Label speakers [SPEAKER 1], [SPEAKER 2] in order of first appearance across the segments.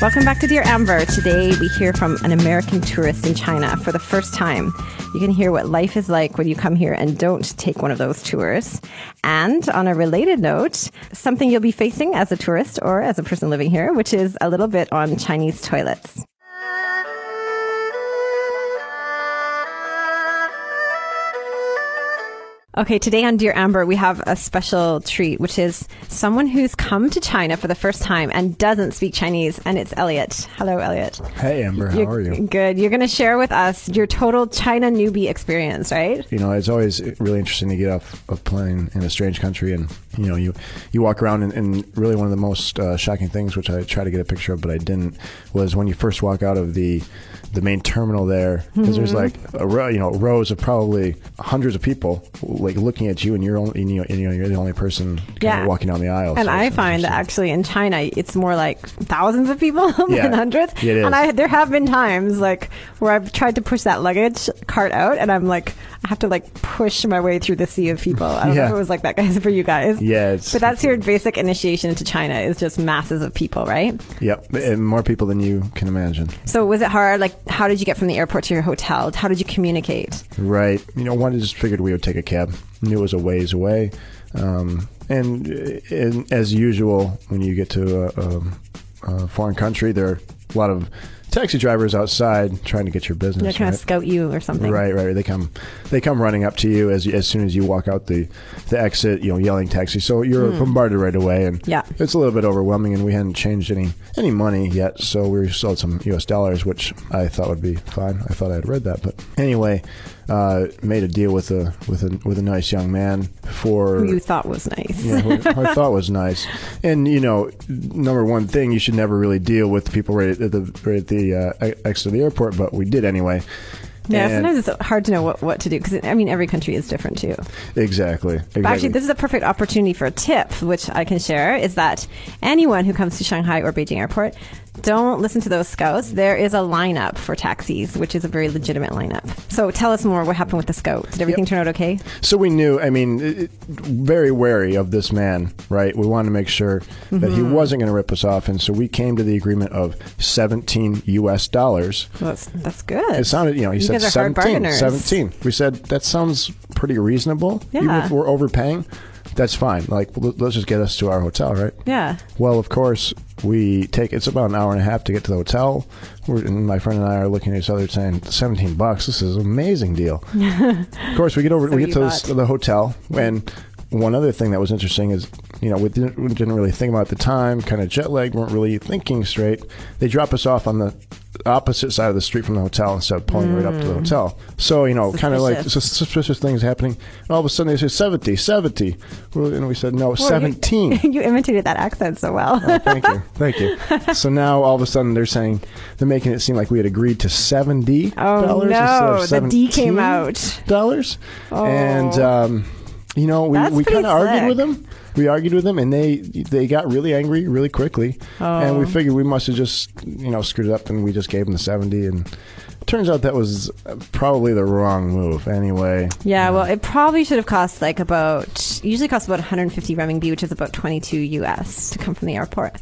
[SPEAKER 1] Welcome back to Dear Amber. Today we hear from an American tourist in China for the first time. You can hear what life is like when you come here and don't take one of those tours. And on a related note, something you'll be facing as a tourist or as a person living here, which is a little bit on Chinese toilets. Okay, today on Dear Amber, we have a special treat, which is someone who's come to China for the first time and doesn't speak Chinese, and it's Elliot. Hello, Elliot.
[SPEAKER 2] Hey, Amber, how
[SPEAKER 1] You're
[SPEAKER 2] are you?
[SPEAKER 1] Good. You're going to share with us your total China newbie experience, right?
[SPEAKER 2] You know, it's always really interesting to get off a plane in a strange country, and you know, you you walk around, and, and really one of the most uh, shocking things, which I tried to get a picture of, but I didn't, was when you first walk out of the the main terminal there, because there's like
[SPEAKER 1] Mm-hmm.
[SPEAKER 2] a row, you know, rows of probably hundreds of people like looking at you, and you're only, and, you know, and, you know, you're the only person kind
[SPEAKER 1] Yeah.
[SPEAKER 2] of walking down the aisle.
[SPEAKER 1] And
[SPEAKER 2] so
[SPEAKER 1] I
[SPEAKER 2] it's
[SPEAKER 1] find that actually
[SPEAKER 2] interesting.
[SPEAKER 1] in China, it's more like thousands of people
[SPEAKER 2] Yeah.
[SPEAKER 1] than hundreds.
[SPEAKER 2] It is.
[SPEAKER 1] And I, there have been times like where I've tried to push that luggage cart out, and I'm like, I have to like push my way through the sea of people. I don't know
[SPEAKER 2] Yeah.
[SPEAKER 1] if it was like that guys for you guys.
[SPEAKER 2] Yeah, it's-
[SPEAKER 1] but that's your basic initiation into China is just masses of people, right?
[SPEAKER 2] Yep, and more people than you can imagine.
[SPEAKER 1] So was it hard? Like, how did you get from the airport to your hotel? How did you communicate?
[SPEAKER 2] Right. You know, one just figured we would take a cab. Knew it was a ways away. Um, and, and as usual, when you get to a, a, a foreign country, there are a lot of taxi drivers outside trying to get your business.
[SPEAKER 1] They're trying
[SPEAKER 2] right?
[SPEAKER 1] to scout you or something.
[SPEAKER 2] Right, right. They come, they come running up to you as as soon as you walk out the the exit. You know, yelling taxi. So you're bombarded right away, and
[SPEAKER 1] Hmm. Yeah.
[SPEAKER 2] it's a little bit overwhelming. And we hadn't changed any any money yet, so we still had some U.S. dollars, which I thought would be fine. I thought I had read that, but anyway, uh, made a deal with a with a with a nice young man for
[SPEAKER 1] Who you thought was nice.
[SPEAKER 2] yeah, who, who I thought was nice. And you know, number one thing you should never really deal with people right at the right at the uh, e- exit of the airport, but we did anyway.
[SPEAKER 1] Yeah,
[SPEAKER 2] And-
[SPEAKER 1] sometimes it's hard to know what, what to do because I mean every country is different too.
[SPEAKER 2] Exactly. exactly.
[SPEAKER 1] But actually, this is a perfect opportunity for a tip, which I can share, is that anyone who comes to Shanghai or Beijing Airport, don't listen to those scouts. There is a lineup for taxis, which is a very legitimate lineup. So tell us more. What happened with the scout? Did everything
[SPEAKER 2] Yep.
[SPEAKER 1] turn out okay?
[SPEAKER 2] so we knew. I mean, it- it- very wary of this man, right? We wanted to make sure that
[SPEAKER 1] Mm-hmm.
[SPEAKER 2] he wasn't going to rip us off, and so we came to the agreement of seventeen U.S. dollars.
[SPEAKER 1] Well, that's, that's good.
[SPEAKER 2] It sounded, you know, he
[SPEAKER 1] You
[SPEAKER 2] said
[SPEAKER 1] guys are hard
[SPEAKER 2] 17,
[SPEAKER 1] bargainers.
[SPEAKER 2] 17. We said that sounds pretty reasonable. Even
[SPEAKER 1] Yeah.
[SPEAKER 2] if we're overpaying, that's fine. Like, l- let's just get us to our hotel, right?
[SPEAKER 1] Yeah.
[SPEAKER 2] Well, of course, we take it's about an hour and a half to get to the hotel. We're, and my friend and I are looking at each other saying, 17 bucks, this is an amazing deal. of course, we get over,
[SPEAKER 1] So
[SPEAKER 2] we
[SPEAKER 1] you
[SPEAKER 2] get to this,
[SPEAKER 1] thought.
[SPEAKER 2] the hotel. And one other thing that was interesting is, you know, we didn't, we didn't really think about it at the time, kind of jet lagged, weren't really thinking straight. They drop us off on the opposite side of the street from the hotel instead of pulling right up to the hotel. So, you know, kind of like
[SPEAKER 1] Mm. Suspicious.
[SPEAKER 2] sus- suspicious things happening. And all of a sudden they say 70, 70. Well, And we said, no,
[SPEAKER 1] Well, you-
[SPEAKER 2] 17.
[SPEAKER 1] you imitated that accent so well.
[SPEAKER 2] Oh, thank you, thank you. So now all of a sudden they're saying they're making it seem like we had agreed to seventy
[SPEAKER 1] Oh,
[SPEAKER 2] dollars
[SPEAKER 1] no.
[SPEAKER 2] instead
[SPEAKER 1] The
[SPEAKER 2] of
[SPEAKER 1] D came
[SPEAKER 2] $17
[SPEAKER 1] out.
[SPEAKER 2] dollars,
[SPEAKER 1] Oh.
[SPEAKER 2] and um, you know we,
[SPEAKER 1] That's
[SPEAKER 2] we
[SPEAKER 1] pretty
[SPEAKER 2] kind of argued
[SPEAKER 1] slick.
[SPEAKER 2] with them. We argued with them, and they they got really angry really quickly, and
[SPEAKER 1] Oh.
[SPEAKER 2] we figured we must have just you know screwed up, and we just gave them the seventy, and turns out that was uh, probably the wrong move. Anyway,
[SPEAKER 1] Yeah, well, it probably should have cost like about usually costs about 150 renminbi, which is about 22 US to come from the airport.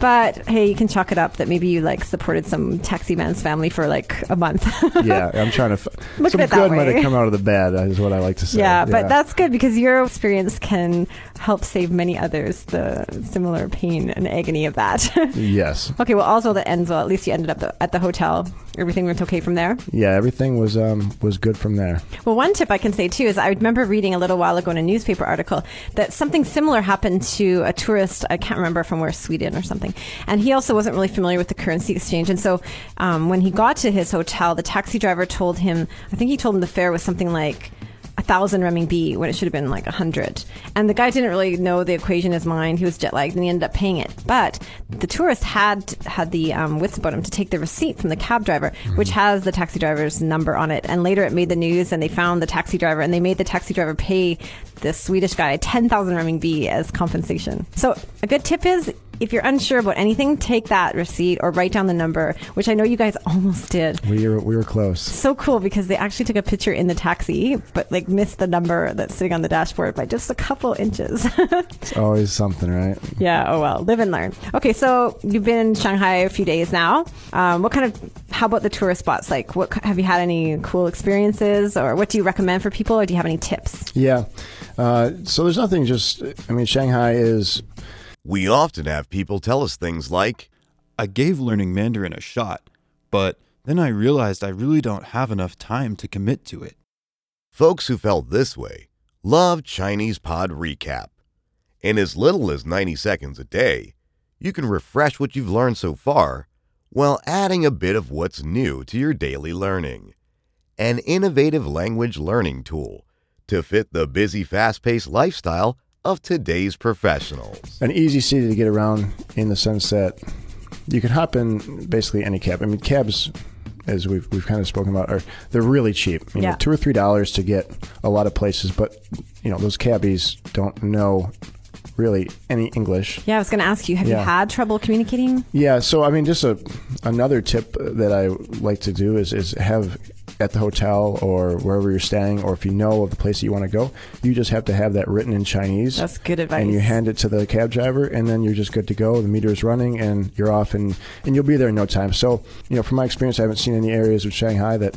[SPEAKER 1] But hey, you can chalk it up that maybe you like supported some taxi man's family for like a month.
[SPEAKER 2] yeah, I'm trying to f-
[SPEAKER 1] Look
[SPEAKER 2] some
[SPEAKER 1] at it that
[SPEAKER 2] good might
[SPEAKER 1] way.
[SPEAKER 2] have come out of the bad is what I like to say.
[SPEAKER 1] yeah, but that's good because your experience can help save many others the similar pain and agony of that.
[SPEAKER 2] yes.
[SPEAKER 1] okay, well, also that ends well. At least you ended up the, at the hotel. Everything went okay from there.
[SPEAKER 2] yeah, everything was um was good from there.
[SPEAKER 1] Well, one tip I can say too is I remember reading a little while ago in a newspaper article that something similar happened to a tourist. I can't remember from where, Sweden or something. And he also wasn't really familiar with the currency exchange. And so um, when he got to his hotel, the taxi driver told him, I think he told him the fare was something like a thousand renminbi when it should have been like a hundred. And the guy didn't really know the equation in his mind. He was jet lagged and he ended up paying it. But the tourist had had the um, wits about him to take the receipt from the cab driver, which has the taxi driver's number on it. And later it made the news and they found the taxi driver and they made the taxi driver pay the Swedish guy 10,000 renminbi as compensation. So a good tip is if you're unsure about anything, take that receipt or write down the number, which I know you guys almost did.
[SPEAKER 2] We were we were close.
[SPEAKER 1] So cool because they actually took a picture in the taxi, but like missed the number that's sitting on the dashboard by just a couple inches.
[SPEAKER 2] It's always something, right?
[SPEAKER 1] yeah. Oh well, live and learn. Okay, so you've been in Shanghai a few days now. Um, what kind of how about the tourist spots? Like, what have you had any cool experiences, or what do you recommend for people, or do you have any tips?
[SPEAKER 2] Yeah. Uh, so there's nothing just. I mean, Shanghai is
[SPEAKER 3] We often have people tell us things like,
[SPEAKER 4] I gave learning Mandarin a shot, but then I realized I really don't have enough time to commit to it.
[SPEAKER 3] folks who felt this way love Chinese Pod Recap. In as little as 90 seconds a day, you can refresh what you've learned so far while adding a bit of what's new to your daily learning. An innovative language learning tool to fit the busy, fast paced lifestyle of today's professionals.
[SPEAKER 2] an easy city to get around in the sense that you can hop in basically any cab. I mean, cabs, as we've, we've kind of spoken about, are they're really cheap. You
[SPEAKER 1] Yeah.
[SPEAKER 2] know, two or three dollars to get a lot of places, but you know those cabbies don't know really any English.
[SPEAKER 1] Yeah, I was going to ask you, have you
[SPEAKER 2] Yeah.
[SPEAKER 1] had trouble communicating?
[SPEAKER 2] Yeah, so I mean, just a another tip that I like to do is is have at the hotel or wherever you're staying, or if you know of the place that you want to go, you just have to have that written in Chinese.
[SPEAKER 1] That's good advice.
[SPEAKER 2] And you hand it to the cab driver, and then you're just good to go. The meter is running, and you're off, and and you'll be there in no time. So you know, from my experience, I haven't seen any areas of Shanghai that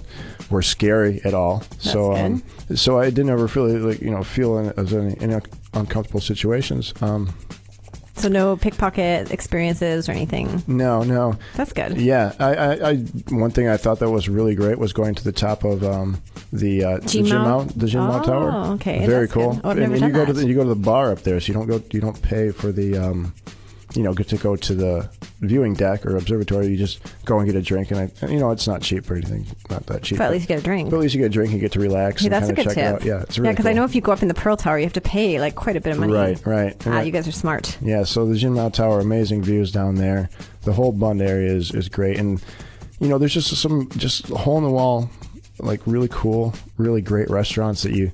[SPEAKER 2] were scary at all. so um, so I didn't ever feel like you know feel in, as in, in uncomfortable situations. Um,
[SPEAKER 1] So no pickpocket experiences or anything.
[SPEAKER 2] no, no.
[SPEAKER 1] That's good.
[SPEAKER 2] Yeah, I, I, I, one thing I thought that was really great was going to the top of um, the uh,
[SPEAKER 1] Jin
[SPEAKER 2] the Jin
[SPEAKER 1] Mao?
[SPEAKER 2] Mao, the Jin Mao
[SPEAKER 1] Oh,
[SPEAKER 2] Tower.
[SPEAKER 1] okay,
[SPEAKER 2] very
[SPEAKER 1] that's
[SPEAKER 2] cool.
[SPEAKER 1] good. Oh, I've
[SPEAKER 2] and
[SPEAKER 1] never
[SPEAKER 2] and
[SPEAKER 1] done
[SPEAKER 2] you go to
[SPEAKER 1] that.
[SPEAKER 2] the, you go to the bar up there, so you don't go you don't pay for the um, you know get to go to the viewing deck or observatory. You just go and get a drink, and I, and, you know it's not cheap or anything, not that cheap.
[SPEAKER 1] But at least you get a drink.
[SPEAKER 2] but at least you get a drink, you get to relax
[SPEAKER 1] Hey,
[SPEAKER 2] and
[SPEAKER 1] that's a
[SPEAKER 2] kind of
[SPEAKER 1] good
[SPEAKER 2] check
[SPEAKER 1] tip.
[SPEAKER 2] it out. Yeah, it's really
[SPEAKER 1] because I
[SPEAKER 2] cool.
[SPEAKER 1] know if you go up in the Pearl Tower, you have to pay like quite a bit of money.
[SPEAKER 2] Right, right.
[SPEAKER 1] Ah,
[SPEAKER 2] Yeah.
[SPEAKER 1] you guys are smart.
[SPEAKER 2] Yeah, so the Jinmao Tower, amazing views down there. The whole Bund area is, is great, and you know, there's just some just hole in the wall, like really cool, really great restaurants that you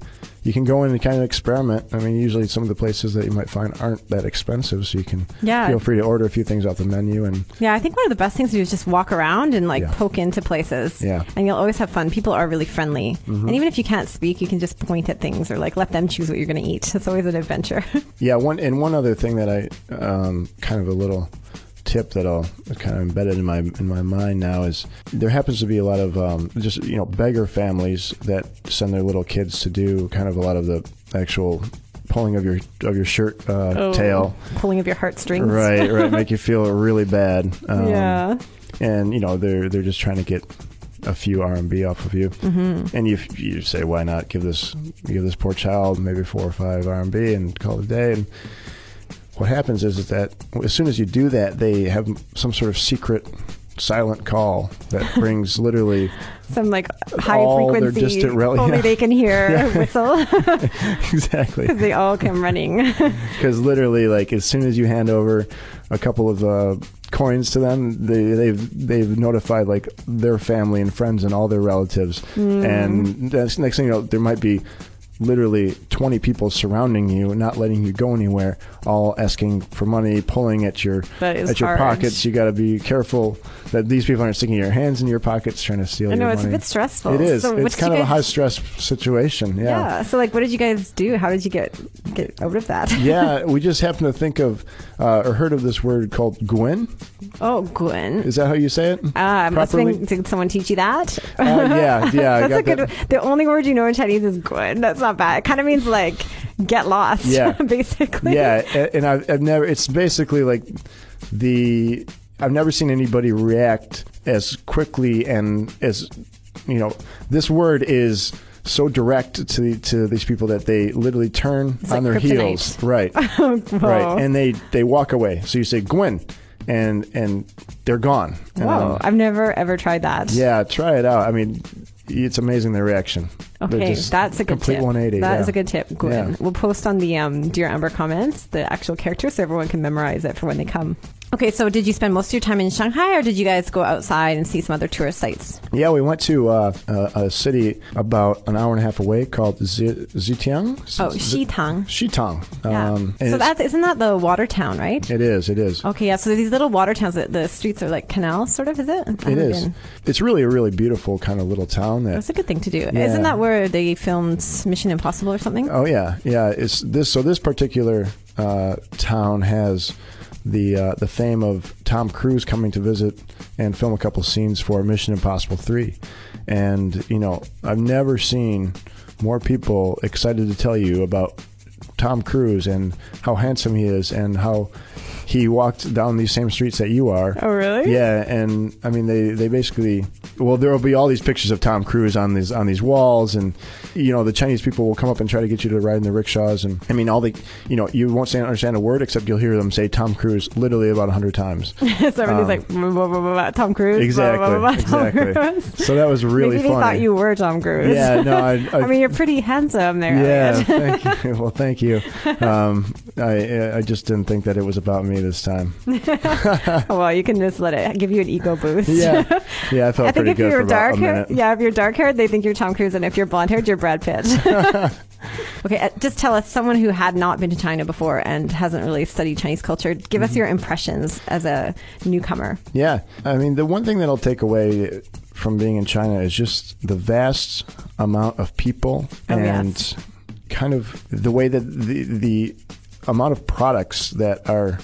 [SPEAKER 2] you can go in and kind of experiment. I mean, usually some of the places that you might find aren't that expensive, so you can
[SPEAKER 1] Yeah.
[SPEAKER 2] feel free to order a few things off the menu. And
[SPEAKER 1] Yeah, I think one of the best things to do is just walk around and like
[SPEAKER 2] Yeah.
[SPEAKER 1] poke into places.
[SPEAKER 2] Yeah. Mm-hmm.
[SPEAKER 1] And you'll always have fun. People are really friendly. And even if you can't speak, you can just point at things or like let them choose what you're going to eat. It's always an adventure.
[SPEAKER 2] yeah, one and one other thing that I um, kind of a little tip that I'll kind of embedded in my in my mind now is there happens to be a lot of um, just you know beggar families that send their little kids to do kind of a lot of the actual pulling of your of your shirt uh,
[SPEAKER 1] Oh.
[SPEAKER 2] tail
[SPEAKER 1] Pulling of your heartstrings.
[SPEAKER 2] right right make you feel really bad um,
[SPEAKER 1] Yeah.
[SPEAKER 2] and you know they're they're just trying to get a few R and B off of you, mm-hmm. and you you say why not give this give this poor child maybe four or five R and B and call it a day. And what happens is, is that as soon as you do that, they have some sort of secret silent call that brings literally
[SPEAKER 1] Some like high
[SPEAKER 2] All their
[SPEAKER 1] frequency.
[SPEAKER 2] distant rel-
[SPEAKER 1] only
[SPEAKER 2] yeah.
[SPEAKER 1] they can hear whistle
[SPEAKER 2] exactly
[SPEAKER 1] because they all come running.
[SPEAKER 2] because literally like as soon as you hand over a couple of uh, coins to them they, they've they've notified like their family and friends and all their relatives
[SPEAKER 1] Mm-hmm.
[SPEAKER 2] and that's, next thing you know there might be literally 20 people surrounding you not letting you go anywhere all asking for money pulling at your
[SPEAKER 1] That is
[SPEAKER 2] at your
[SPEAKER 1] hard.
[SPEAKER 2] pockets you got to be careful that these people aren't sticking your hands in your pockets trying to steal
[SPEAKER 1] I know
[SPEAKER 2] your
[SPEAKER 1] it's a
[SPEAKER 2] money.
[SPEAKER 1] bit stressful.
[SPEAKER 2] it is
[SPEAKER 1] So what
[SPEAKER 2] it's
[SPEAKER 1] did
[SPEAKER 2] kind
[SPEAKER 1] you
[SPEAKER 2] of a
[SPEAKER 1] guys-
[SPEAKER 2] high stress situation
[SPEAKER 1] Yeah. So like, what did you guys do? How did you get get out of that?
[SPEAKER 2] yeah, we just happened to think of uh, or heard of this word called Gwen.
[SPEAKER 1] oh, Gwen.
[SPEAKER 2] Is that how you say it?
[SPEAKER 1] Um, must have
[SPEAKER 2] properly?
[SPEAKER 1] been, did someone teach you that?
[SPEAKER 2] Uh, yeah, yeah. I
[SPEAKER 1] That's
[SPEAKER 2] got
[SPEAKER 1] a good.
[SPEAKER 2] that.
[SPEAKER 1] The only word you know in Chinese is "guen." That's not bad. It kind of means like get lost.
[SPEAKER 2] Yeah.
[SPEAKER 1] basically.
[SPEAKER 2] Yeah, a- and I've, I've never. It's basically like the. I've never seen anybody react as quickly and as you know. This word is so direct to the, to these people that they literally turn
[SPEAKER 1] It's
[SPEAKER 2] on
[SPEAKER 1] like
[SPEAKER 2] their
[SPEAKER 1] kryptonite. Oh,
[SPEAKER 2] heels. Right. Right. And they they walk away. So you say Gwen, and and they're gone.
[SPEAKER 1] Whoa,
[SPEAKER 2] Um,
[SPEAKER 1] I've never ever tried that.
[SPEAKER 2] Yeah, try it out. I mean, it's amazing the reaction. They're
[SPEAKER 1] Okay,
[SPEAKER 2] just
[SPEAKER 1] that's a good
[SPEAKER 2] complete
[SPEAKER 1] tip.
[SPEAKER 2] 180.
[SPEAKER 1] That
[SPEAKER 2] yeah.
[SPEAKER 1] is a good tip, Gwen.
[SPEAKER 2] Yeah.
[SPEAKER 1] We'll post on the um, Dear Amber comments the actual character so everyone can memorize it for when they come. Okay, so did you spend most of your time in Shanghai, or did you guys go outside and see some other tourist sites?
[SPEAKER 2] Yeah, we went to uh, a, a city about an hour and a half away called Zi- Zitiang. Z-
[SPEAKER 1] Oh,
[SPEAKER 2] Z-
[SPEAKER 1] Xitang.
[SPEAKER 2] Xitang.
[SPEAKER 1] Yeah.
[SPEAKER 2] Um, and
[SPEAKER 1] so
[SPEAKER 2] it's-
[SPEAKER 1] that's Oh, isn't that the water town, right?
[SPEAKER 2] it is. It is.
[SPEAKER 1] Okay, yeah. So these little water towns, that the streets are like canals, sort of. Is it? I
[SPEAKER 2] It
[SPEAKER 1] haven't
[SPEAKER 2] is.
[SPEAKER 1] been.
[SPEAKER 2] It's really a really beautiful kind of little town that
[SPEAKER 1] That's a good thing to do. Isn't that where they filmed Mission Impossible or something?
[SPEAKER 2] Oh yeah, yeah. It's this. So this particular uh, town has the uh, the fame of Tom Cruise coming to visit and film a couple scenes for Mission Impossible Three, and you know I've never seen more people excited to tell you about Tom Cruise and how handsome he is and how he walked down these same streets that you are.
[SPEAKER 1] Oh, really?
[SPEAKER 2] Yeah, and I mean they they basically well there will be all these pictures of Tom Cruise on these on these walls and you know the Chinese people will come up and try to get you to ride in the rickshaws and I mean all the you know you won't say understand a word except you'll hear them say Tom Cruise literally about a hundred times.
[SPEAKER 1] so everybody's like blah, blah, blah, blah, blah, Tom Cruise.
[SPEAKER 2] Um, exactly.
[SPEAKER 1] Blah, blah, blah, blah, Tom
[SPEAKER 2] exactly.
[SPEAKER 1] Cruise.
[SPEAKER 2] So that was really
[SPEAKER 1] Maybe
[SPEAKER 2] funny.
[SPEAKER 1] they thought you were Tom Cruise.
[SPEAKER 2] yeah, no, I, I,
[SPEAKER 1] I mean, you're pretty handsome there.
[SPEAKER 2] yeah,
[SPEAKER 1] Elliot.
[SPEAKER 2] thank you. well, thank you. Um, I I just didn't think that it was about me this time.
[SPEAKER 1] Oh, well, you can just let it give you an ego boost.
[SPEAKER 2] Yeah, yeah, I felt
[SPEAKER 1] I think
[SPEAKER 2] pretty
[SPEAKER 1] if
[SPEAKER 2] good for
[SPEAKER 1] you're
[SPEAKER 2] about
[SPEAKER 1] dark
[SPEAKER 2] a
[SPEAKER 1] haired,
[SPEAKER 2] minute.
[SPEAKER 1] yeah, if you're dark haired, they think you're Tom Cruise, and if you're blonde haired, you're Brad Pitt. okay, uh, just tell us someone who had not been to China before and hasn't really studied Chinese culture. Give
[SPEAKER 2] Mm-hmm.
[SPEAKER 1] us your impressions as a newcomer.
[SPEAKER 2] Yeah. I mean, the one thing that I'll take away from being in China is just the vast amount of people
[SPEAKER 1] Oh, yes.
[SPEAKER 2] and kind of the way that the, the amount of products that are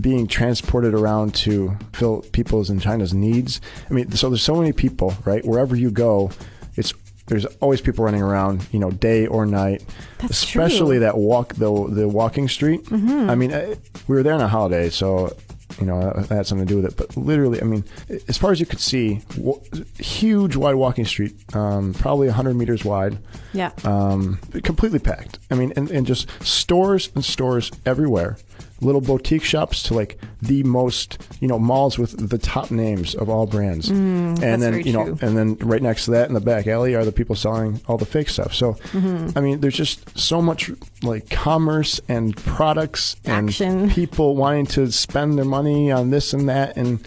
[SPEAKER 2] being transported around to fill people's and China's needs. I mean, so there's so many people, right? Wherever you go, it's there's always people running around, you know, day or night.
[SPEAKER 1] That's true.
[SPEAKER 2] Especially that walk the the walking street.
[SPEAKER 1] Mm-hmm.
[SPEAKER 2] I mean, I, we were there on a holiday, so you know that had something to do with it. But literally, I mean, as far as you could see, wa- huge wide walking street, um, probably 100 meters wide
[SPEAKER 1] Yeah.
[SPEAKER 2] um, completely packed. I mean, and, and just stores and stores everywhere. Little boutique shops to like the most, you know, malls with the top names of all brands. and then,
[SPEAKER 1] Mm, very
[SPEAKER 2] you know,
[SPEAKER 1] true.
[SPEAKER 2] and then right next to that in the back alley are the people selling all the fake stuff. So,
[SPEAKER 1] Mm-hmm.
[SPEAKER 2] I mean, there's just so much like commerce and products and
[SPEAKER 1] Action.
[SPEAKER 2] people wanting to spend their money on this and that. And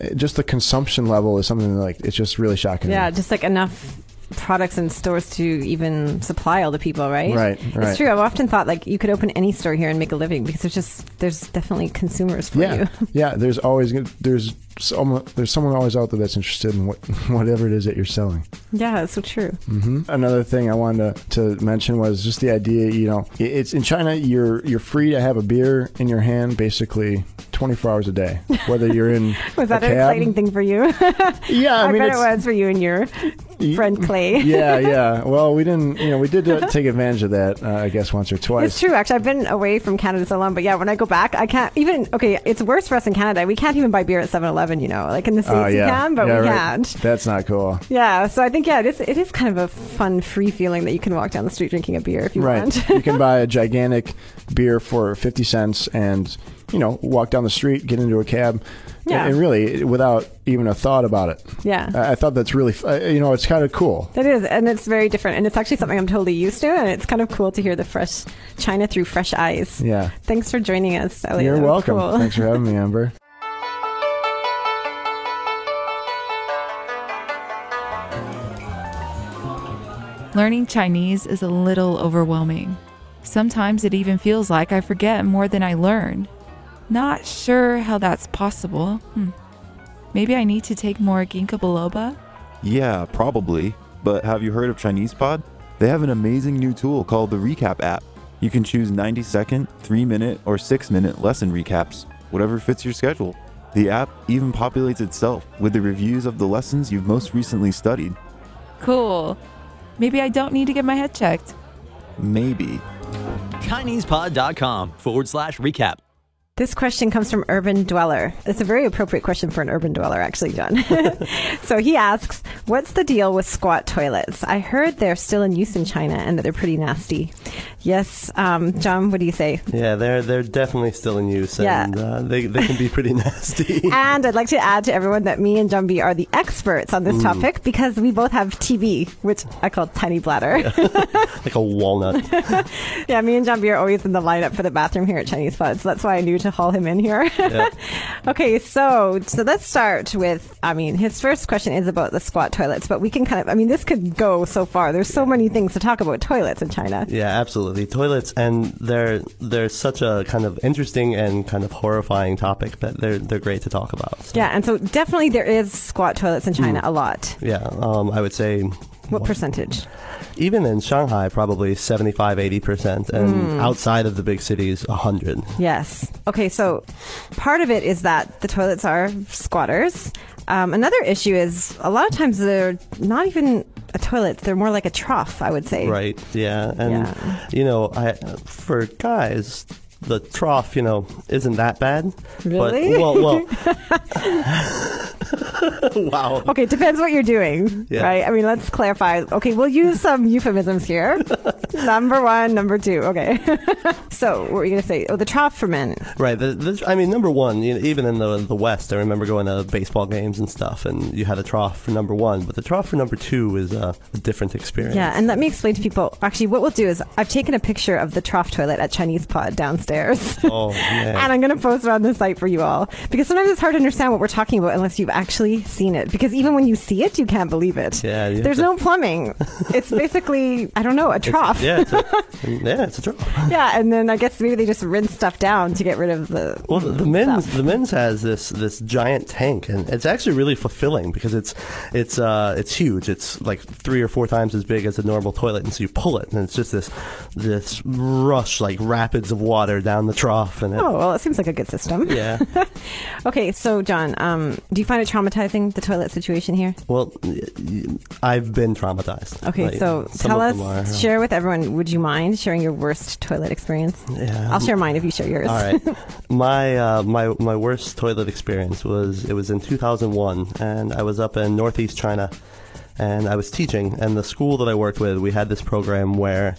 [SPEAKER 2] uh, just the consumption level is something that, like, it's just really shocking.
[SPEAKER 1] Yeah, just like enough products and stores to even supply all the people, right?
[SPEAKER 2] Right, right.
[SPEAKER 1] It's true. I've often thought like you could open any store here and make a living because there's just there's definitely consumers for
[SPEAKER 2] yeah,
[SPEAKER 1] you.
[SPEAKER 2] yeah. There's always gonna- there's someone there's someone always out there that's interested in what whatever it is that you're selling.
[SPEAKER 1] yeah, it's so true.
[SPEAKER 2] hmm Another thing I wanted to, to mention was just the idea. You know, i- it's in China. You're you're free to have a beer in your hand basically 24 hours a day, whether you're in
[SPEAKER 1] Was that
[SPEAKER 2] a
[SPEAKER 1] an
[SPEAKER 2] cab.
[SPEAKER 1] exciting thing for you?
[SPEAKER 2] Yeah,
[SPEAKER 1] I
[SPEAKER 2] I, mean,
[SPEAKER 1] bet it
[SPEAKER 2] it's-
[SPEAKER 1] was for you and your
[SPEAKER 2] y-
[SPEAKER 1] friend Clay.
[SPEAKER 2] yeah, yeah. Well, we didn't. You know, we did uh, take advantage of that. Uh, I guess once or twice.
[SPEAKER 1] It's true, actually. I've been away from Canada so long, but yeah, when I go back, I can't even. Okay, it's worse for us in Canada. We can't even buy beer at 7 Eleven, you know. Like in the States,
[SPEAKER 2] Oh, yeah.
[SPEAKER 1] you can, but
[SPEAKER 2] Yeah,
[SPEAKER 1] we
[SPEAKER 2] right.
[SPEAKER 1] can't.
[SPEAKER 2] That's not cool.
[SPEAKER 1] Yeah, so I think, yeah, it is, it is kind of a fun, free feeling that you can walk down the street drinking a beer if you want.
[SPEAKER 2] Right. you can buy a gigantic beer for 50 cents and, you know, walk down the street, get into a cab,
[SPEAKER 1] Yeah.
[SPEAKER 2] and really without even a thought about it.
[SPEAKER 1] Yeah.
[SPEAKER 2] I, I thought that's really, f- uh, you know, it's kind of cool.
[SPEAKER 1] That is, and it's very different, and it's actually something I'm totally used to, and it's kind of cool to hear the fresh China through fresh eyes.
[SPEAKER 2] Yeah.
[SPEAKER 1] Thanks for joining us, Elliot.
[SPEAKER 2] You're
[SPEAKER 1] That was
[SPEAKER 2] welcome.
[SPEAKER 1] uh, cool.
[SPEAKER 2] Thanks for having me, Amber.
[SPEAKER 5] Learning Chinese is a little overwhelming. Sometimes it even feels like I forget more than I learn. Not sure how that's possible. Hmm. Maybe I need to take more ginkgo biloba?
[SPEAKER 4] Yeah, probably. But have you heard of Chinese Pod? They have an amazing new tool called the Recap app. You can choose 90 second, 3 minute, or 6 minute lesson recaps, whatever fits your schedule. The app even populates itself with the reviews of the lessons you've most recently studied.
[SPEAKER 5] Cool. Maybe I don't need to get my head checked.
[SPEAKER 4] Maybe.
[SPEAKER 6] ChinesePod.com forward slash recap.
[SPEAKER 1] This question comes from Urban Dweller. It's a very appropriate question for an urban dweller, actually, John. so he asks, What's the deal with squat toilets? I heard they're still in use in China and that they're pretty nasty. Yes, um, John, what do you say?
[SPEAKER 6] Yeah, they're they're definitely still in use,
[SPEAKER 1] Yeah.
[SPEAKER 6] and uh, they they can be pretty nasty.
[SPEAKER 1] And I'd like to add to everyone that me and Jumbie are the experts on this topic because we both have TB, which I call tiny bladder.
[SPEAKER 6] like a walnut.
[SPEAKER 1] Yeah, me and John B are always in the lineup for the bathroom here at Chinese Pod, so that's why I knew to haul him in here. okay, so so let's start with. I mean, his first question is about the squat toilets, but we can kind of. I mean, this could go so far. There's so many things to talk about toilets in China.
[SPEAKER 6] Yeah, absolutely. Toilets, and they're they're such a kind of interesting and kind of horrifying topic, but they're they're great to talk about. So,
[SPEAKER 1] Yeah, and so definitely there is squat toilets in
[SPEAKER 6] Mm.
[SPEAKER 1] China a lot.
[SPEAKER 6] yeah, um, I would say
[SPEAKER 1] What percentage?
[SPEAKER 6] even in Shanghai, probably 75, 80 percent, and outside of the big cities, hundred.
[SPEAKER 1] Yes. Okay, so part of it is that the toilets are squatters. Um, another issue is a lot of times they're not even a toilet; they're more like a trough. I would say.
[SPEAKER 6] Right. Yeah, and
[SPEAKER 1] Yeah.
[SPEAKER 6] you know, I for guys. The trough, you know, isn't that bad.
[SPEAKER 1] Really?
[SPEAKER 6] But, well, well. wow.
[SPEAKER 1] Okay, depends what you're doing,
[SPEAKER 6] Yeah.
[SPEAKER 1] right? I mean, let's clarify. Okay, we'll use some euphemisms here. number one, number two. Okay. so, what were you going to say? Oh, the trough for men.
[SPEAKER 6] Right. The, the, I mean, number one, you know, even in the the West, I remember going to baseball games and stuff, and you had a trough for number one, but the trough for number two is a, a different experience.
[SPEAKER 1] Yeah, and let me explain to people. Actually, what we'll do is I've taken a picture of the trough toilet at Chinese Pod downstairs.
[SPEAKER 6] Oh, man.
[SPEAKER 1] And I'm going to post it on the site for you all because sometimes it's hard to understand what we're talking about unless you've actually seen it. Because even when you see it, you can't believe it.
[SPEAKER 6] Yeah, you have
[SPEAKER 1] There's
[SPEAKER 6] to-
[SPEAKER 1] no plumbing. it's basically, I don't know, a trough.
[SPEAKER 6] yeah, it's a, yeah, it's a trough.
[SPEAKER 1] Yeah, and then I guess maybe they just rinse stuff down to get rid of the.
[SPEAKER 6] Well, the, the men's the men's has this this giant tank, and it's actually really fulfilling because it's it's uh it's huge. It's like three or four times as big as a normal toilet, and so you pull it, and it's just this this rush like rapids of water down the trough, and it,
[SPEAKER 1] Oh well, it seems like a good system.
[SPEAKER 6] yeah.
[SPEAKER 1] Okay, so John, um, do you find it traumatizing the toilet situation here?
[SPEAKER 6] Well, y- y- I've been traumatized.
[SPEAKER 1] Okay,
[SPEAKER 6] Like,
[SPEAKER 1] so
[SPEAKER 6] some
[SPEAKER 1] tell
[SPEAKER 6] of
[SPEAKER 1] us,
[SPEAKER 6] them are.
[SPEAKER 1] share with everyone. Would you mind sharing your worst toilet experience?
[SPEAKER 6] Yeah.
[SPEAKER 1] I'll share mine if you share yours.
[SPEAKER 6] All right, my uh, my my worst toilet experience was it was in 2001, and I was up in Northeast China, and I was teaching, and the school that I worked with, we had this program where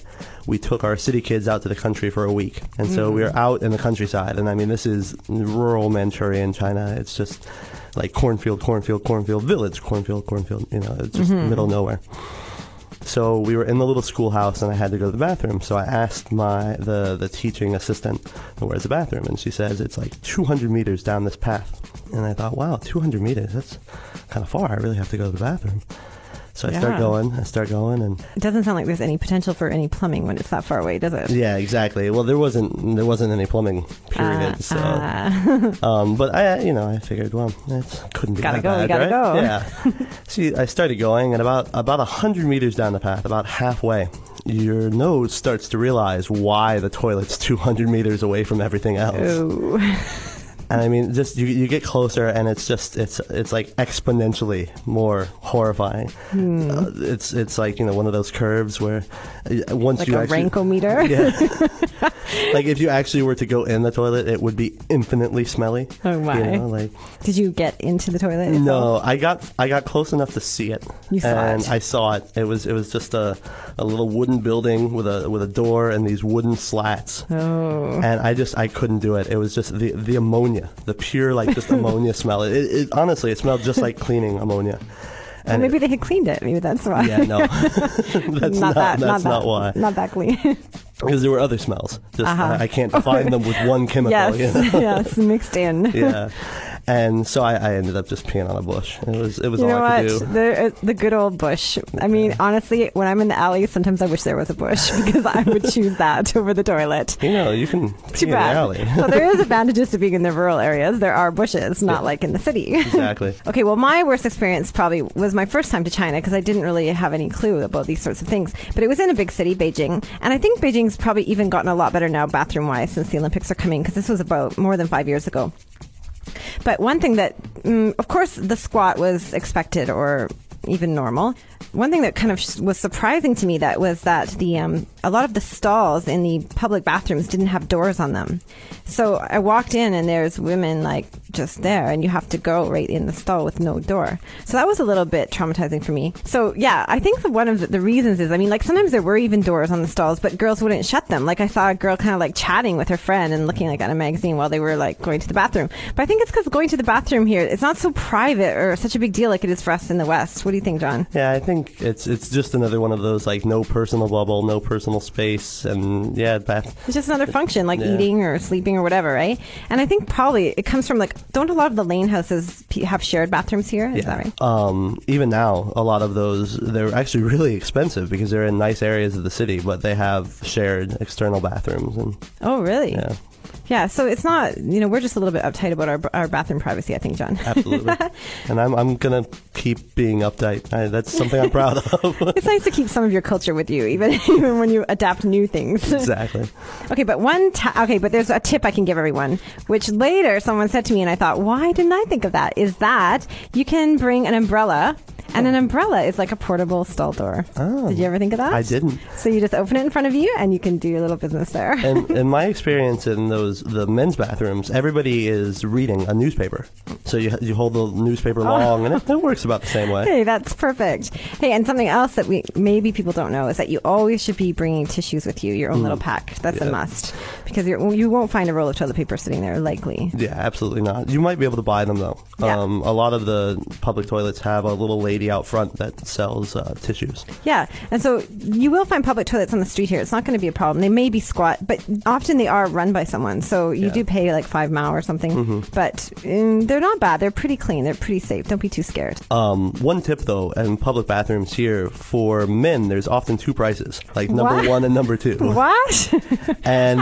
[SPEAKER 6] we took our city kids out to the country for a week, and so we were out in the countryside, and I mean this is rural Manchurian China. It's just like cornfield, cornfield, cornfield, village, cornfield, cornfield. You know, it's just middle of nowhere. So we were in the little schoolhouse, and I had to go to the bathroom. So I asked my the the teaching assistant, "Where's the bathroom?" And she says, "It's like 200 meters down this path." And I thought, "Wow, 200 meters? That's kind of far. I really have to go to the bathroom." So I
[SPEAKER 1] Yeah.
[SPEAKER 6] start going. I start going, and
[SPEAKER 1] It doesn't sound like there's any potential for any plumbing when it's that far away, does it?
[SPEAKER 6] yeah, exactly. Well, there wasn't there wasn't any plumbing
[SPEAKER 1] Uh,
[SPEAKER 6] period, so
[SPEAKER 1] uh,
[SPEAKER 6] Um, but I, you know, I figured, well, it couldn't be
[SPEAKER 1] Gotta
[SPEAKER 6] that
[SPEAKER 1] go, you
[SPEAKER 6] bad,
[SPEAKER 1] gotta
[SPEAKER 6] right?
[SPEAKER 1] go.
[SPEAKER 6] Yeah. See, I started going, and about about hundred meters down the path, about halfway, your nose starts to realize why the toilet's two hundred meters away from everything else.
[SPEAKER 1] ooh.
[SPEAKER 6] And I mean, just you, you get closer, and it's just it's it's like exponentially more horrifying.
[SPEAKER 1] Hmm.
[SPEAKER 6] Uh, it's it's like you know one of those curves where uh, once
[SPEAKER 1] like
[SPEAKER 6] you
[SPEAKER 1] a
[SPEAKER 6] actually,
[SPEAKER 1] rankometer.
[SPEAKER 6] yeah. like if you actually were to go in the toilet, it would be infinitely smelly.
[SPEAKER 1] Oh,
[SPEAKER 6] You
[SPEAKER 1] my.
[SPEAKER 6] know, like
[SPEAKER 1] Did you get into the toilet? itself?
[SPEAKER 6] no, I got I got close enough to see it.
[SPEAKER 1] You saw
[SPEAKER 6] and
[SPEAKER 1] it.
[SPEAKER 6] I saw it. It was it was just a, a little wooden building with a with a door and these wooden slats.
[SPEAKER 1] Oh.
[SPEAKER 6] And I just I couldn't do it. It was just the the ammonia, the pure like just ammonia smell. It, it, it honestly it smelled just like cleaning ammonia.
[SPEAKER 1] Well,
[SPEAKER 6] And
[SPEAKER 1] maybe they had cleaned it. Maybe that's why.
[SPEAKER 6] yeah, no, that's not,
[SPEAKER 1] that. not,
[SPEAKER 6] that's not
[SPEAKER 1] that,
[SPEAKER 6] why.
[SPEAKER 1] Not that clean.
[SPEAKER 6] Because there were other smells. Just
[SPEAKER 1] Uh-huh.
[SPEAKER 6] I, I can't define them with one chemical.
[SPEAKER 1] yes.
[SPEAKER 6] you know?
[SPEAKER 1] yes. Mixed in.
[SPEAKER 6] yeah. And so I, I ended up just peeing on a bush. It was it was
[SPEAKER 1] You
[SPEAKER 6] all
[SPEAKER 1] know
[SPEAKER 6] I could
[SPEAKER 1] what?
[SPEAKER 6] do.
[SPEAKER 1] The, uh, the good old bush. I mean, honestly, when I'm in the alley, sometimes I wish there was a bush because I would choose that over the toilet.
[SPEAKER 6] You know, you can pee
[SPEAKER 1] Too
[SPEAKER 6] in the
[SPEAKER 1] bad.
[SPEAKER 6] alley.
[SPEAKER 1] so there is advantages to being in the rural areas. There are bushes, not like in the city.
[SPEAKER 6] Exactly.
[SPEAKER 1] Okay, well, my worst experience probably was my first time to China because I didn't really have any clue about these sorts of things. But it was in a big city, Beijing. And I think Beijing's probably even gotten a lot better now, bathroom wise, since the Olympics are coming, because this was about more than five years ago. But one thing that, mm, of course, the squat was expected or even normal. one thing that kind of s- was surprising to me that was that the um, a lot of the stalls in the public bathrooms didn't have doors on them. So I walked in and there's women like just there, and you have to go right in the stall with no door. So that was a little bit traumatizing for me. So yeah, I think that one of the, the reasons is I mean like sometimes there were even doors on the stalls, but girls wouldn't shut them. Like I saw a girl kind of like chatting with her friend and looking like at a magazine while they were like going to the bathroom. But I think it's because going to the bathroom here, it's not so private or such a big deal like it is for us in the West. What do you think, John?
[SPEAKER 6] Yeah, I think it's it's just another one of those like no personal bubble, no personal space, and yeah, bath.
[SPEAKER 1] It's just another function, like
[SPEAKER 6] Yeah.
[SPEAKER 1] eating or sleeping or whatever, right? And I think probably it comes from like, don't a lot of the lane houses p- have shared bathrooms here? Is that right?
[SPEAKER 6] Um, even now, a lot of those they're actually really expensive because they're in nice areas of the city, but they have shared external bathrooms, and
[SPEAKER 1] Oh, really?
[SPEAKER 6] yeah,
[SPEAKER 1] Yeah, So it's not, you know, we're just a little bit uptight about our, our bathroom privacy, I think, John.
[SPEAKER 6] absolutely. and I'm I'm gonna keep being uptight. I, that's something I'm proud of.
[SPEAKER 1] it's nice to keep some of your culture with you, even even when you adapt new things.
[SPEAKER 6] exactly.
[SPEAKER 1] Okay, but one ti okay, but there's a tip I can give everyone, which later someone said to me, and I thought, why didn't I think of that? Is that you can bring an umbrella, and an umbrella is like a portable stall door.
[SPEAKER 6] Oh.
[SPEAKER 1] Did you ever think of that?
[SPEAKER 6] I didn't.
[SPEAKER 1] So you just open it in front of you, and you can do your little business there.
[SPEAKER 6] And in my experience in those the men's bathrooms, everybody is reading a newspaper. So you you hold the newspaper long, and it, it works about the same way.
[SPEAKER 1] Oh. Hey, that's perfect. Hey, and something else that we maybe people don't know is that you always should be bringing tissues with you, your own little pack. That's a
[SPEAKER 6] Mm. Yeah.
[SPEAKER 1] must because you're, you won't find a roll of toilet paper sitting there likely.
[SPEAKER 6] Yeah, absolutely not. You might be able to buy them though.
[SPEAKER 1] Yeah.
[SPEAKER 6] Um, a lot of the public toilets have a little lady out front that sells uh, tissues.
[SPEAKER 1] Yeah, and so you will find public toilets on the street here. It's not going to be a problem. They may be squat, but often they are run by someone. So you
[SPEAKER 6] Yeah. Mm-hmm.
[SPEAKER 1] do pay like five mao or something, but mm, they're not bad. They're pretty clean. They're pretty safe. Don't be too scared.
[SPEAKER 6] Um, one tip though, in public bathrooms here for men, there's often two prices, like number
[SPEAKER 1] What?
[SPEAKER 6] one and number two.
[SPEAKER 1] what?
[SPEAKER 6] And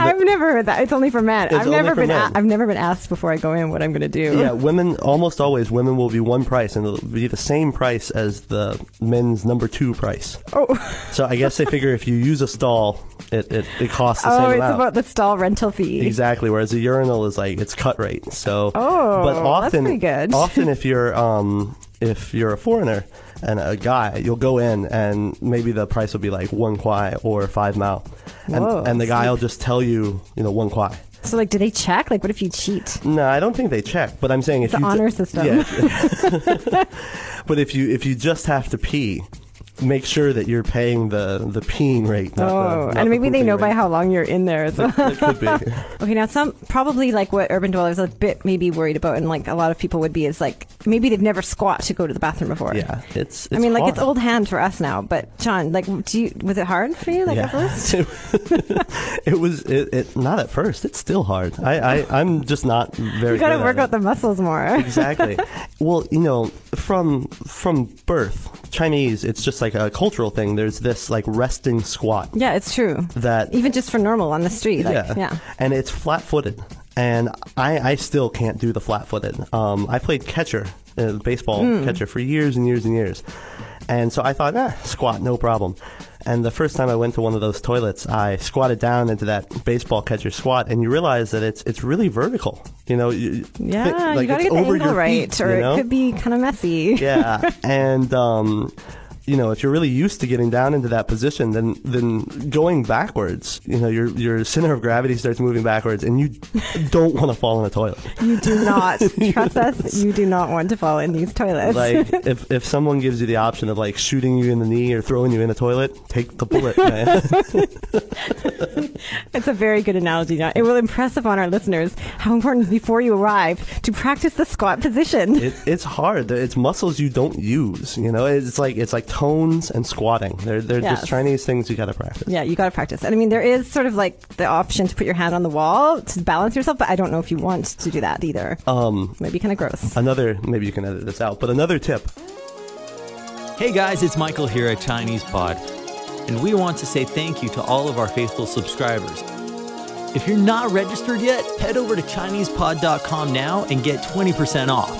[SPEAKER 1] I've never heard that. It's only for men.
[SPEAKER 6] It's
[SPEAKER 1] I've
[SPEAKER 6] only
[SPEAKER 1] never
[SPEAKER 6] for
[SPEAKER 1] been.
[SPEAKER 6] men.
[SPEAKER 1] A- I've never been asked before I go in what I'm going to do.
[SPEAKER 6] Yeah, women almost always women will be one price and it'll be the same price as the men's number two price.
[SPEAKER 1] Oh,
[SPEAKER 6] So I guess they figure if you use a stall, it, it, it costs the
[SPEAKER 1] oh,
[SPEAKER 6] same
[SPEAKER 1] it's
[SPEAKER 6] amount.
[SPEAKER 1] about the stall rental fee.
[SPEAKER 6] Exactly. Whereas a urinal is like it's cut rate. So,
[SPEAKER 1] Oh,
[SPEAKER 6] but
[SPEAKER 1] that's
[SPEAKER 6] often,
[SPEAKER 1] pretty good.
[SPEAKER 6] often if you're um, if you're a foreigner and a guy, you'll go in and maybe the price will be like one kwai or five mao, and
[SPEAKER 1] Whoa,
[SPEAKER 6] and the guy
[SPEAKER 1] steep.
[SPEAKER 6] will just tell you you know one kwai.
[SPEAKER 1] So, like, do they check? Like, what if you cheat?
[SPEAKER 6] No, I don't think they check. But I'm saying if
[SPEAKER 1] It's
[SPEAKER 6] you
[SPEAKER 1] an
[SPEAKER 6] ju-
[SPEAKER 1] honor system.
[SPEAKER 6] Yeah. but if you if you just have to pee. Make sure that you're paying the the peeing rate. Not
[SPEAKER 1] oh,
[SPEAKER 6] the, Uh, not
[SPEAKER 1] and
[SPEAKER 6] the
[SPEAKER 1] maybe they
[SPEAKER 6] pooping
[SPEAKER 1] know by
[SPEAKER 6] rate.
[SPEAKER 1] how long you're in there as well.
[SPEAKER 6] It could be.
[SPEAKER 1] Okay, now some probably like what urban dwellers a bit maybe worried about, and like a lot of people would be is like maybe they've never squat to go to the bathroom before.
[SPEAKER 6] Yeah, it's.
[SPEAKER 1] I mean, like it's
[SPEAKER 6] hard.
[SPEAKER 1] old hand for us now, but John, like, do you was it hard for you like at first?
[SPEAKER 6] it was it, it not at first. It's still hard. I, I I'm just not very.
[SPEAKER 1] You got
[SPEAKER 6] good
[SPEAKER 1] to
[SPEAKER 6] at
[SPEAKER 1] work
[SPEAKER 6] it.
[SPEAKER 1] out the muscles more.
[SPEAKER 6] exactly. Well, you know, from from birth, Chinese. It's just like a cultural thing. There's this like resting squat
[SPEAKER 1] Yeah, it's true.
[SPEAKER 6] that
[SPEAKER 1] Even just for normal on the street, like, yeah.
[SPEAKER 6] and it's flat footed. And I, I still can't do the flat footed. Um, I played catcher, uh, baseball
[SPEAKER 1] Hmm.
[SPEAKER 6] catcher, for years and years and years. And so I thought, eh, squat, no problem. And the first time I went to one of those toilets, I squatted down into that baseball catcher squat, and you realize that it's it's really vertical. You know, you,
[SPEAKER 1] Yeah,
[SPEAKER 6] like
[SPEAKER 1] you got to
[SPEAKER 6] it's
[SPEAKER 1] get the
[SPEAKER 6] over
[SPEAKER 1] angle
[SPEAKER 6] your
[SPEAKER 1] right,
[SPEAKER 6] feet,
[SPEAKER 1] or
[SPEAKER 6] you know?
[SPEAKER 1] it could be kind of messy.
[SPEAKER 6] yeah and um you know if you're really used to getting down into that position then then going backwards you know your your center of gravity starts moving backwards and you don't want to fall in a toilet
[SPEAKER 1] You do not trust us. You do not want to fall in these toilets.
[SPEAKER 6] like if if someone gives you the option of like shooting you in the knee or throwing you in a toilet take the bullet man
[SPEAKER 1] It's a very good analogy. John. It will impress upon our listeners how important before you arrive to practice the squat position.
[SPEAKER 6] it, it's hard it's muscles you don't use you know it's like it's like tones and squatting they're they're
[SPEAKER 1] Yes.
[SPEAKER 6] just chinese things you got to practice
[SPEAKER 1] Yeah, you got to practice. And I mean, there is sort of like the option to put your hand on the wall to balance yourself, but I don't know if you want to do that either.
[SPEAKER 6] um
[SPEAKER 1] Might be kind of gross.
[SPEAKER 6] another maybe you can edit this out but another tip
[SPEAKER 7] Hey guys, it's Michael here at Chinese Pod, and we want to say thank you to all of our faithful subscribers. If you're not registered yet, head over to ChinesePod.com now and get 20% off.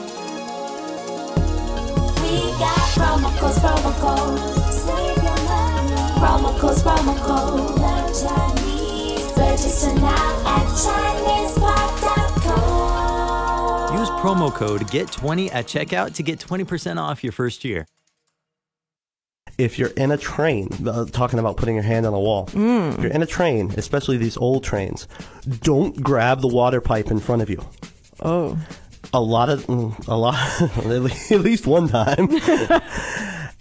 [SPEAKER 8] We got promo codes, promo codes. Save your money. Promo codes, promo codes. Learn Chinese. Register now at ChinesePod.com.
[SPEAKER 7] Use promo code GET20 at checkout to get 20% off your first year.
[SPEAKER 6] if you're in a train, uh, talking about putting your hand on a wall, if you're in a train, especially these old trains, don't grab the water pipe in front of you.
[SPEAKER 1] Oh.
[SPEAKER 6] A lot of, mm, a lot, at least one time,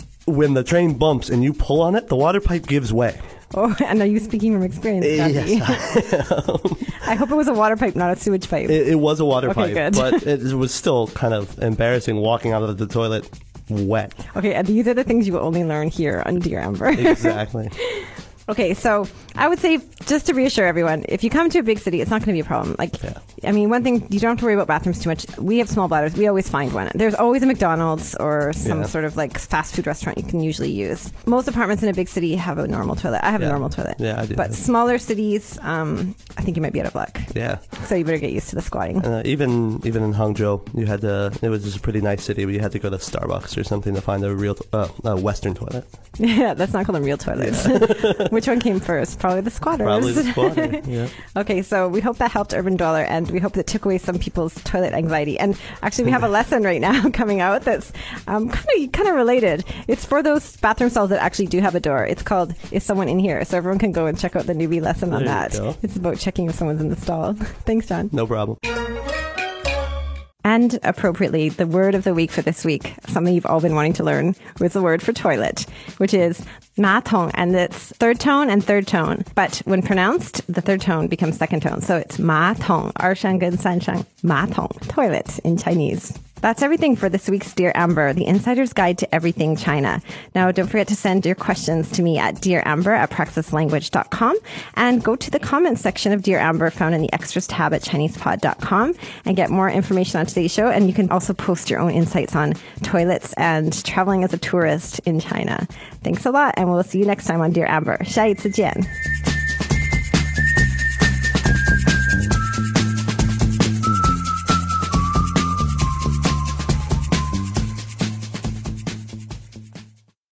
[SPEAKER 6] when the train bumps and you pull on it, the water pipe gives way.
[SPEAKER 1] Oh, and are you speaking from experience? Gandhi? I hope it was a water pipe, not a sewage pipe.
[SPEAKER 6] It, it was a water
[SPEAKER 1] Okay, good.
[SPEAKER 6] pipe, but it was still kind of embarrassing walking out of the toilet wet.
[SPEAKER 1] okay, and these are the things you will only learn here on Dear Amber.
[SPEAKER 6] Exactly.
[SPEAKER 1] Okay, so I would say just to reassure everyone, if you come to a big city, it's not going to be a problem. Like,
[SPEAKER 6] Yeah.
[SPEAKER 1] I mean, one thing you don't have to worry about bathrooms too much. We have small bladders; we always find one. There's always a McDonald's or some
[SPEAKER 6] Yeah.
[SPEAKER 1] sort of like fast food restaurant you can usually use. Most apartments in a big city have a normal toilet. I have a
[SPEAKER 6] Yeah.
[SPEAKER 1] normal toilet.
[SPEAKER 6] Yeah, I do.
[SPEAKER 1] But smaller cities, um, I think you might be out of luck.
[SPEAKER 6] yeah.
[SPEAKER 1] So you better get used to the squatting.
[SPEAKER 6] Uh, even even in Hangzhou, you had to. It was just a pretty nice city, but you had to go to Starbucks or something to find a real to- uh, a Western toilet.
[SPEAKER 1] yeah, that's not called a real toilet. Which one came first? Probably the squatters.
[SPEAKER 6] Probably the squatter. yeah.
[SPEAKER 1] Okay, so we hope that helped Urban Dweller, and we hope that took away some people's toilet anxiety. And actually, we have a lesson right now coming out that's um, kind of kind of related. It's for those bathroom stalls that actually do have a door. It's called "Is Someone in Here?" So everyone can go and check out the newbie lesson on
[SPEAKER 6] There you
[SPEAKER 1] that.
[SPEAKER 6] go.
[SPEAKER 1] It's about checking if someone's in the stall. Thanks, John.
[SPEAKER 6] No problem.
[SPEAKER 1] And appropriately, the word of the week for this week, something you've all been wanting to learn, was the word for toilet, which is matong, and it's third tone and third tone. But when pronounced, the third tone becomes second tone. So it's matong, arshang and sanshang, matong, toilet in Chinese. That's everything for this week's Dear Amber, the insider's guide to everything China. Now, don't forget to send your questions to me at dearamber at praxislanguage.com and go to the comments section of Dear Amber found in the extras tab at chinesepod.com and get more information on today's show. And you can also post your own insights on toilets and traveling as a tourist in China. Thanks a lot, and we'll see you next time on Dear Amber. 下一次见。